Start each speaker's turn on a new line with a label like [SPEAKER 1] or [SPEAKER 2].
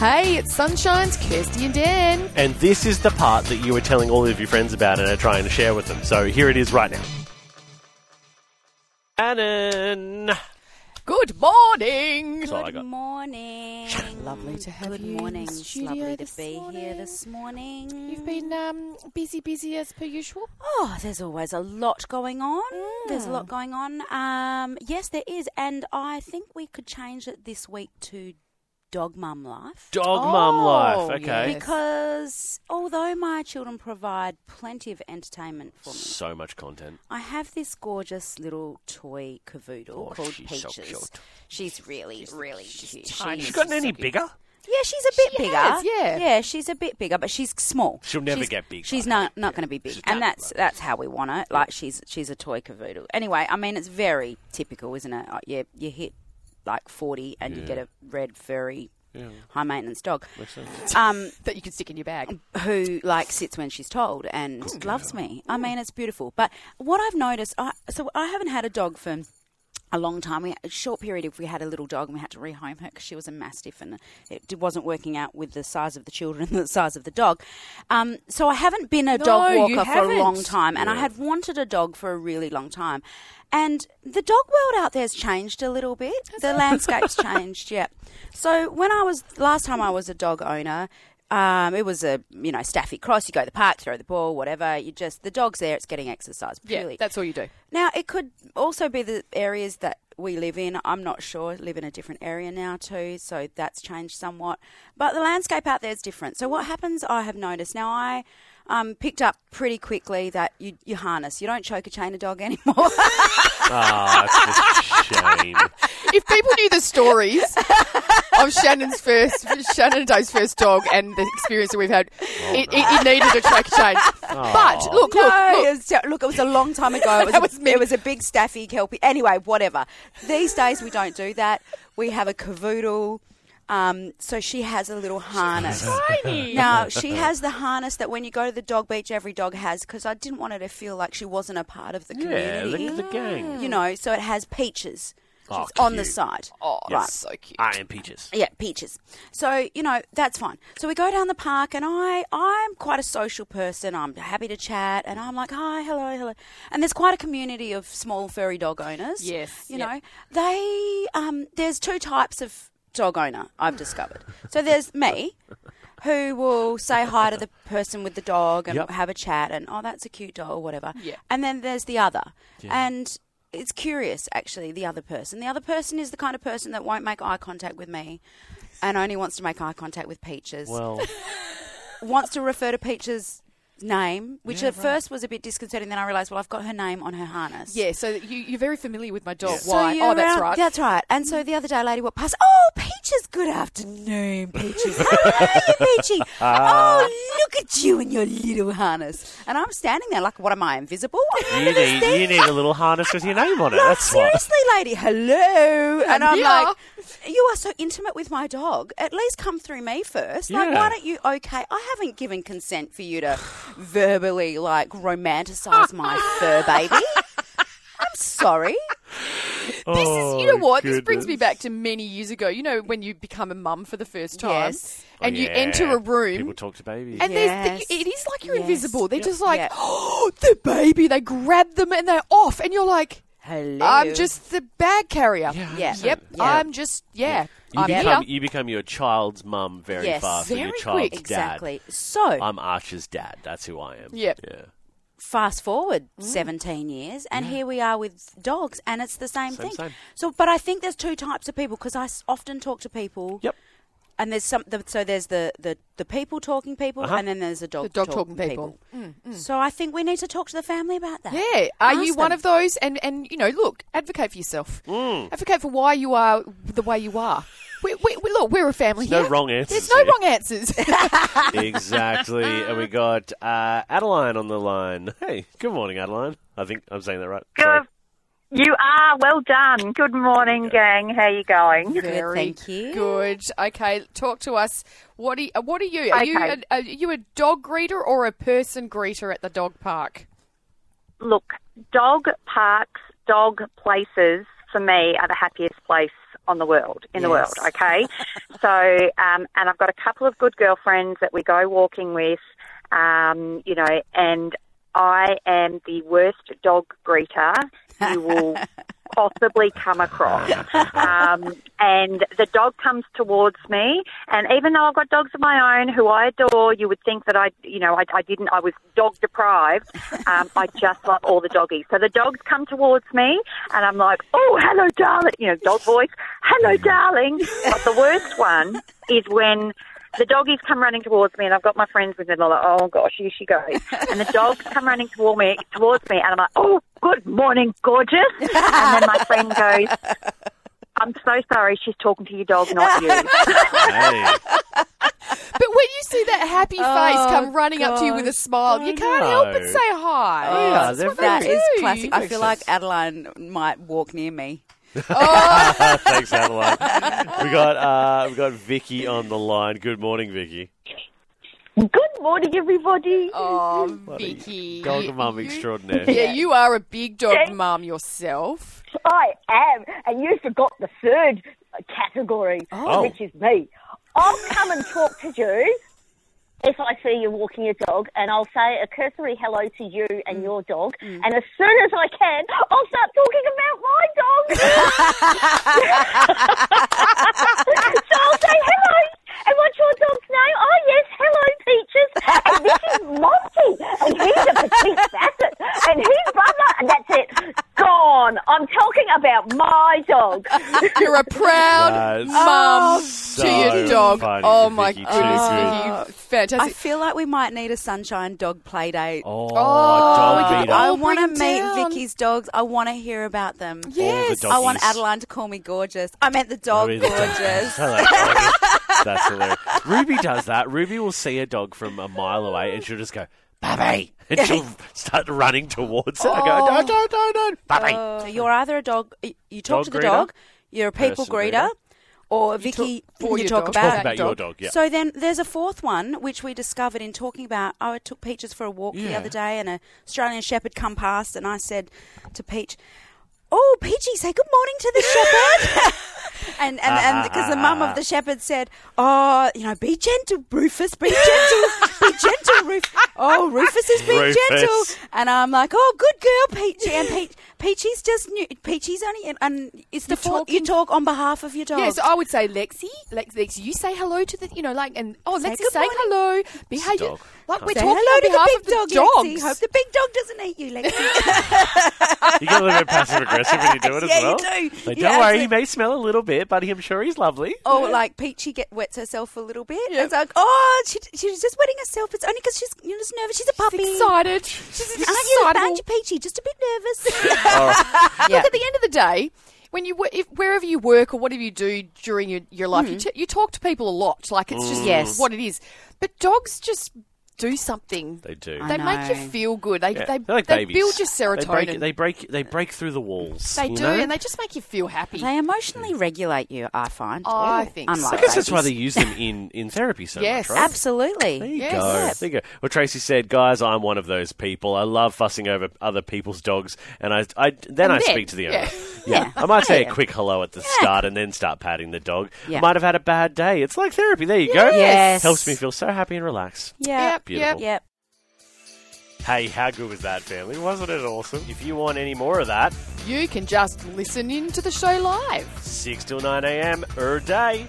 [SPEAKER 1] Hey, it's Sunshine's Kirsty and Dan.
[SPEAKER 2] And this is the part that you were telling all of your friends about and are trying to share with them. So here it is right now. Shannon.
[SPEAKER 1] Good morning.
[SPEAKER 2] That's all I
[SPEAKER 3] Good
[SPEAKER 2] got.
[SPEAKER 3] morning.
[SPEAKER 1] Lovely to have
[SPEAKER 3] Good
[SPEAKER 1] you in
[SPEAKER 3] morning.
[SPEAKER 1] the
[SPEAKER 3] It's
[SPEAKER 1] studio
[SPEAKER 3] lovely
[SPEAKER 1] this
[SPEAKER 3] to be
[SPEAKER 1] morning.
[SPEAKER 3] here this morning.
[SPEAKER 1] You've been um, busy, busy as per usual.
[SPEAKER 3] Oh, there's always a lot going on. There's
[SPEAKER 1] Mm.
[SPEAKER 3] a lot going on. Um, yes, there is, and I think we could change it this week to dog mum life.
[SPEAKER 2] Dog
[SPEAKER 1] Oh,
[SPEAKER 2] mum life. Okay.
[SPEAKER 1] yes.
[SPEAKER 3] Because although my children provide plenty of entertainment for me,
[SPEAKER 2] So much content.
[SPEAKER 3] I have this gorgeous little toy cavoodle
[SPEAKER 2] Oh,
[SPEAKER 3] called
[SPEAKER 2] she's so
[SPEAKER 3] Peaches.
[SPEAKER 2] cute.
[SPEAKER 3] She's really, really cute.
[SPEAKER 2] She's
[SPEAKER 3] She's
[SPEAKER 2] gotten any bigger?
[SPEAKER 3] Yeah, she's a bit
[SPEAKER 1] She
[SPEAKER 3] bigger.
[SPEAKER 1] has, yeah.
[SPEAKER 3] yeah, she's a bit bigger, but she's small.
[SPEAKER 2] She'll never
[SPEAKER 3] She's-
[SPEAKER 2] get big
[SPEAKER 3] She's
[SPEAKER 2] like
[SPEAKER 3] not not going to be big,
[SPEAKER 2] She's
[SPEAKER 3] and
[SPEAKER 2] not
[SPEAKER 3] that's
[SPEAKER 2] like
[SPEAKER 3] that's how we want it. Like she's she's a toy cavoodle. Anyway, I mean it's very typical, isn't it? Like, you you hit like forty and you get a red furry. High maintenance dog, um,
[SPEAKER 1] That you can stick in your bag.
[SPEAKER 3] who like sits when she's told and loves me. I mean, it's beautiful. But what I've noticed, I, so I haven't had a dog for a long time. We, a short period if we had a little dog and we had to rehome her because she was a mastiff and it d- wasn't working out with the size of the children and the size of the dog. Um, so I haven't been a dog
[SPEAKER 1] No, you
[SPEAKER 3] walker for a long
[SPEAKER 1] haven't.
[SPEAKER 3] time and I had wanted a dog for a really long time. And the dog world out there's changed a little bit. the landscape's changed, yeah. So when I was last time I was a dog owner, um, it was a you know staffy cross. You go to the park, throw the ball, whatever. You just the dog's there. It's getting exercise.
[SPEAKER 1] Yeah,
[SPEAKER 3] Purely.
[SPEAKER 1] that's all you do.
[SPEAKER 3] Now, it could also be the areas that we live in. I'm not sure. Live in a different area now, too. So that's changed somewhat. But the landscape out there is different. So, what happens, I have noticed. Now, I um, picked up pretty quickly that you, you harness, you don't choke a chain a dog anymore.
[SPEAKER 2] Ah, it's just a shame.
[SPEAKER 1] If people knew the stories of Shannon's first, Shannon and Dave's first dog and the experience that we've had, it, it, it needed a track change. But look, look,
[SPEAKER 3] no,
[SPEAKER 1] look.
[SPEAKER 3] It was, ju- look, it was a long time ago. It was,
[SPEAKER 1] That
[SPEAKER 3] a,
[SPEAKER 1] was me.
[SPEAKER 3] it was a big staffy kelpie. Anyway, whatever. These days we don't do that. We have a cavoodle. Um, so she has a little harness.
[SPEAKER 1] Tiny.
[SPEAKER 3] Now she has the harness that when you go to the dog beach, every dog has. Because I didn't want her to feel like she wasn't a part of the
[SPEAKER 2] Yeah,
[SPEAKER 3] community.
[SPEAKER 2] look at the gang.
[SPEAKER 3] You know, so it has peaches. She's
[SPEAKER 2] Oh,
[SPEAKER 3] on the
[SPEAKER 2] cute.
[SPEAKER 3] side.
[SPEAKER 1] Oh,
[SPEAKER 3] right.
[SPEAKER 1] that's so cute.
[SPEAKER 2] I am peaches.
[SPEAKER 3] Yeah, peaches. So you know that's fine. So we go down the park, and I I'm quite a social person. I'm happy to chat, and I'm like hi, hello, hello. And there's quite a community of small furry dog owners.
[SPEAKER 1] Yes,
[SPEAKER 3] you
[SPEAKER 1] yep.
[SPEAKER 3] know they um there's two types of dog owner I've discovered. So there's me. Who will say hi to the person with the dog and
[SPEAKER 2] Yep.
[SPEAKER 3] have a chat and oh that's a cute dog or whatever.
[SPEAKER 1] Yeah.
[SPEAKER 3] And then there's the other. And it's curious, actually, the other person. The other person is the kind of person that won't make eye contact with me and only wants to make eye contact with Peaches.
[SPEAKER 2] Well,
[SPEAKER 3] Wants to refer to Peaches' name, which at first was a bit disconcerting. Then I realised, well, I've got her name on her harness.
[SPEAKER 1] Yeah, so that you, you're very familiar with my dog.
[SPEAKER 3] So
[SPEAKER 1] Why?
[SPEAKER 3] you're
[SPEAKER 1] Oh, that's
[SPEAKER 3] around-
[SPEAKER 1] right.
[SPEAKER 3] That's right. And so the other day, a lady walked past. Oh, Peaches, good afternoon, Peaches. How are you, Peachy?
[SPEAKER 2] Ah.
[SPEAKER 3] oh, look at you in your little harness. And I'm standing there like, what am I, invisible? I'm
[SPEAKER 2] you
[SPEAKER 3] gonna
[SPEAKER 2] need
[SPEAKER 3] stand
[SPEAKER 2] you need a little harness with your name on it.
[SPEAKER 3] no,
[SPEAKER 2] That's why.
[SPEAKER 3] seriously, lady. Hello, and I'm
[SPEAKER 1] here.
[SPEAKER 3] like, you are so intimate with my dog. At least come through me first. Like,
[SPEAKER 2] Yeah.
[SPEAKER 3] why don't you? Okay, I haven't given consent for you to verbally like romanticize my fur baby. I'm sorry.
[SPEAKER 1] This is, you
[SPEAKER 2] Oh,
[SPEAKER 1] know what? This brings me back to many years ago. You know, when you become a mum for the first time
[SPEAKER 3] Yes.
[SPEAKER 1] and
[SPEAKER 2] Oh,
[SPEAKER 1] you enter a room.
[SPEAKER 2] People talk to babies.
[SPEAKER 1] And there's
[SPEAKER 3] Yes.
[SPEAKER 1] the, it is like you're
[SPEAKER 3] Yes.
[SPEAKER 1] invisible. They're just like,
[SPEAKER 3] Yep.
[SPEAKER 1] oh, the baby. They grab them and they're off. And you're like,
[SPEAKER 3] Hello.
[SPEAKER 1] I'm just the bag carrier.
[SPEAKER 2] Yeah,
[SPEAKER 3] Yeah.
[SPEAKER 1] Yep.
[SPEAKER 3] Yeah.
[SPEAKER 1] I'm just, yeah.
[SPEAKER 2] you
[SPEAKER 1] I'm
[SPEAKER 2] become
[SPEAKER 1] here.
[SPEAKER 2] you become your child's mum very
[SPEAKER 3] Yes.
[SPEAKER 2] fast. and your
[SPEAKER 1] Very
[SPEAKER 2] child's
[SPEAKER 1] quick.
[SPEAKER 2] dad.
[SPEAKER 3] exactly. So
[SPEAKER 2] I'm Archer's dad. That's who I am.
[SPEAKER 1] Yep.
[SPEAKER 2] Yeah.
[SPEAKER 3] fast forward
[SPEAKER 2] Mm.
[SPEAKER 3] 17 years and here we are with dogs and it's the same,
[SPEAKER 2] Same,
[SPEAKER 3] thing
[SPEAKER 2] same.
[SPEAKER 3] so but i think there's two types of people because i s- often talk to people
[SPEAKER 2] Yep.
[SPEAKER 3] and there's some the, so there's the, the the people talking people
[SPEAKER 2] Uh-huh.
[SPEAKER 3] and then there's the dog,
[SPEAKER 1] The dog talking people. Mm,
[SPEAKER 3] so i think we need to talk to the family about that
[SPEAKER 1] Yeah. Are
[SPEAKER 3] Ask
[SPEAKER 1] you one
[SPEAKER 3] them.
[SPEAKER 1] of those? And, and, you know, look, advocate for yourself.
[SPEAKER 2] Mm.
[SPEAKER 1] Advocate for why you are the way you are. We, we, we, look, we're a family
[SPEAKER 2] There's no
[SPEAKER 1] here.
[SPEAKER 2] wrong
[SPEAKER 1] There's
[SPEAKER 2] answers
[SPEAKER 1] no
[SPEAKER 2] here.
[SPEAKER 1] wrong answers.
[SPEAKER 2] exactly. and we got uh, Adeline on the line. Hey, good morning, Adeline. I think I'm saying that right. Sorry.
[SPEAKER 4] Good. You are well done. Good morning, gang. How you going?
[SPEAKER 1] Very
[SPEAKER 3] thank you.
[SPEAKER 1] Good. Okay, talk to us. What are you, uh, what are you? Are you a,
[SPEAKER 4] Okay.
[SPEAKER 1] are you a dog greeter or a person greeter at the dog park?
[SPEAKER 4] Look, dog parks, dog places for me are the happiest place on the world in the
[SPEAKER 3] Yes.
[SPEAKER 4] world. Okay, so um, and I've got a couple of good girlfriends that we go walking with, um, you know, and I am the worst dog greeter you will possibly come across. Um, and the dog comes towards me, and even though I've got dogs of my own who I adore, you would think that I, you know, I, I didn't. I was dog deprived. Um, I just love all the doggies. So the dogs come towards me, and I'm like, oh, hello, darling. You know, dog voice, hello, darling. But the worst one is when. The doggies come running towards me, and I've got my friends with me. and They're like, "Oh gosh, here she goes!" And the dogs come running toward me, towards me, and I'm like, "Oh, good morning, gorgeous!" And then my friend goes, I'm so sorry. She's talking to your dog, not you.
[SPEAKER 2] Hey.
[SPEAKER 1] But when you see that happy face
[SPEAKER 3] Oh,
[SPEAKER 1] come running up to you with a
[SPEAKER 3] gosh.
[SPEAKER 1] smile, you can't help but
[SPEAKER 2] know. Oh,
[SPEAKER 1] say hi.
[SPEAKER 2] Yeah,
[SPEAKER 1] That's
[SPEAKER 2] they're
[SPEAKER 1] what
[SPEAKER 3] That
[SPEAKER 1] they
[SPEAKER 2] very-
[SPEAKER 3] is
[SPEAKER 1] do.
[SPEAKER 3] classic. I
[SPEAKER 2] Makes
[SPEAKER 3] feel like
[SPEAKER 2] sense.
[SPEAKER 3] Adeline might walk near me.
[SPEAKER 2] Thanks, Adeline. We got uh, we got Vicky on the line. Good morning, Vicky.
[SPEAKER 4] Good morning, everybody.
[SPEAKER 1] Oh,
[SPEAKER 2] Bloody
[SPEAKER 1] Vicky.
[SPEAKER 2] Dog
[SPEAKER 1] you-
[SPEAKER 2] mum
[SPEAKER 1] you-
[SPEAKER 2] extraordinaire.
[SPEAKER 1] Yeah, you are a big dog
[SPEAKER 5] Yeah.
[SPEAKER 1] mum yourself.
[SPEAKER 5] I am, and you forgot the third category,
[SPEAKER 2] Oh.
[SPEAKER 5] which is me. I'll come and talk to you if I see you walking your dog, and I'll say a cursory hello to you and your dog, and as soon as I can, I'll start talking about my dog. so I'll say hello. And what's your oh, dog's name? Oh yes, hello Peaches. And this is Monty, and he's a petite basset, and his brother, and that's it. Gone. I'm talking about my dog.
[SPEAKER 1] You're a proud
[SPEAKER 2] That's
[SPEAKER 1] mum
[SPEAKER 2] Uh, Oh, so
[SPEAKER 1] to your dog.
[SPEAKER 2] funny,
[SPEAKER 1] oh my
[SPEAKER 2] Vicky, too
[SPEAKER 1] goodness,
[SPEAKER 2] good.
[SPEAKER 1] Vicky, fantastic.
[SPEAKER 3] I feel like we might need a sunshine dog play date.
[SPEAKER 2] Oh,
[SPEAKER 1] we
[SPEAKER 2] dog
[SPEAKER 1] could
[SPEAKER 2] beat
[SPEAKER 1] all
[SPEAKER 2] up.
[SPEAKER 3] I want to
[SPEAKER 1] bring
[SPEAKER 3] meet
[SPEAKER 1] down-
[SPEAKER 3] Vicky's dogs. I want to hear about them.
[SPEAKER 2] All the
[SPEAKER 1] yes.
[SPEAKER 2] doggies.
[SPEAKER 3] I want Adeline to call me gorgeous. I meant the
[SPEAKER 1] Oh,
[SPEAKER 3] dog
[SPEAKER 2] Ruby the dog.
[SPEAKER 3] gorgeous.
[SPEAKER 2] Hello, doggy. That's hilarious. Ruby does that. Ruby will see a dog from a mile away and she'll just go, Babe! And she'll start running towards it. I
[SPEAKER 1] Oh.
[SPEAKER 2] go, No, no, no, no. Babe!
[SPEAKER 3] So Uh, you're either a dog, y- you
[SPEAKER 2] Dog
[SPEAKER 3] talk to the
[SPEAKER 2] greeter?
[SPEAKER 3] dog, you're a people
[SPEAKER 2] Person
[SPEAKER 3] greeter,
[SPEAKER 2] greeter.
[SPEAKER 3] or Vicky,
[SPEAKER 1] for
[SPEAKER 3] you
[SPEAKER 1] your
[SPEAKER 3] talk
[SPEAKER 1] dog.
[SPEAKER 3] about,
[SPEAKER 2] Talk about your dog, yeah.
[SPEAKER 3] So then there's a fourth one, which we discovered in talking about. Oh, I took Peaches for a walk the
[SPEAKER 2] Yeah.
[SPEAKER 3] other day, and a Australian Shepherd come past, and I said to Peach, Oh, Peachy, say good morning to the shepherd. and and and because the mum of the shepherd said, "Oh, you know, be gentle, Rufus. Be gentle, be gentle, Rufus. Oh, Rufus is being
[SPEAKER 2] Rufus.
[SPEAKER 3] gentle." And I'm like, "Oh, good girl, Peachy." And Peach, Peachy's just new. Peachy's only, and, and it's the fourth. You
[SPEAKER 1] talking-
[SPEAKER 3] talk on behalf of your dog.
[SPEAKER 1] Yes, I would say Lexi. Lex, Lex, you say hello to the, you know, like, and oh, Lexi's
[SPEAKER 3] good
[SPEAKER 1] saying hello.
[SPEAKER 2] a
[SPEAKER 1] Behavior,
[SPEAKER 2] dog.
[SPEAKER 1] like we're
[SPEAKER 3] Say
[SPEAKER 1] talking
[SPEAKER 3] hello
[SPEAKER 1] on
[SPEAKER 3] to
[SPEAKER 1] behalf
[SPEAKER 3] the
[SPEAKER 1] of
[SPEAKER 3] big dog,
[SPEAKER 1] the
[SPEAKER 3] Lexi.
[SPEAKER 1] dogs.
[SPEAKER 3] Hope the big dog doesn't eat you, Lexi.
[SPEAKER 2] You get a little bit passive aggressive when you do it as
[SPEAKER 3] Yeah, you
[SPEAKER 2] well.
[SPEAKER 3] do.
[SPEAKER 2] Like,
[SPEAKER 3] You
[SPEAKER 2] don't worry,
[SPEAKER 3] absolutely-
[SPEAKER 2] he may smell a little bit, but I'm sure he's lovely.
[SPEAKER 3] Oh, like Peachy get wets herself a little bit. It's like, oh, she, she's just wetting herself. It's only because she's you know, just nervous. She's a puppy.
[SPEAKER 1] excited. She's
[SPEAKER 3] Aren't you,
[SPEAKER 1] excited.
[SPEAKER 3] aren't you peachy? Just a bit nervous.
[SPEAKER 1] Look, at the end of the day, when you wo- if, wherever you work or whatever you do during your, your life, you, ch- you talk to people a lot. Like it's just
[SPEAKER 3] Mm. Yes.
[SPEAKER 1] what it is. But dogs just do something.
[SPEAKER 2] They do.
[SPEAKER 1] They make you
[SPEAKER 3] know.
[SPEAKER 1] feel good. They
[SPEAKER 2] Yeah,
[SPEAKER 1] they,
[SPEAKER 2] they're like
[SPEAKER 1] they
[SPEAKER 2] babies.
[SPEAKER 1] build your
[SPEAKER 2] They
[SPEAKER 1] serotonin.
[SPEAKER 2] break, they break. They break through the walls.
[SPEAKER 1] They
[SPEAKER 2] you
[SPEAKER 1] do,
[SPEAKER 2] know?
[SPEAKER 1] and they just make you feel happy.
[SPEAKER 3] they uh, emotionally regulate you, I find.
[SPEAKER 1] Oh, I think so.
[SPEAKER 3] Unlike
[SPEAKER 2] I guess that's
[SPEAKER 3] babies.
[SPEAKER 2] why they use them in, in therapy so
[SPEAKER 1] Yes.
[SPEAKER 2] much, right?
[SPEAKER 3] Absolutely.
[SPEAKER 2] There you
[SPEAKER 1] Yes.
[SPEAKER 2] go.
[SPEAKER 1] Yep.
[SPEAKER 2] There you go. Well, Tracy said, "Guys, I'm one of those people. I love fussing over other people's dogs, and I, I then
[SPEAKER 1] And
[SPEAKER 2] I
[SPEAKER 1] then-
[SPEAKER 2] speak to the owner.
[SPEAKER 1] yeah.
[SPEAKER 2] Yeah.
[SPEAKER 3] Yeah.
[SPEAKER 2] I might say
[SPEAKER 3] Yeah.
[SPEAKER 2] a quick hello at the start, and then start patting the dog.
[SPEAKER 3] Yeah.
[SPEAKER 2] Might have had a bad day. It's like therapy. There you go.
[SPEAKER 3] Yes.
[SPEAKER 2] helps me feel so happy and relaxed.
[SPEAKER 3] Yeah.
[SPEAKER 1] Yep,
[SPEAKER 2] Beautiful.
[SPEAKER 1] yep.
[SPEAKER 3] Yep.
[SPEAKER 2] Hey, how good was that, family? Wasn't it awesome? If you want any more of that,
[SPEAKER 1] You can just listen in to the show live.
[SPEAKER 2] six till nine a.m. er day.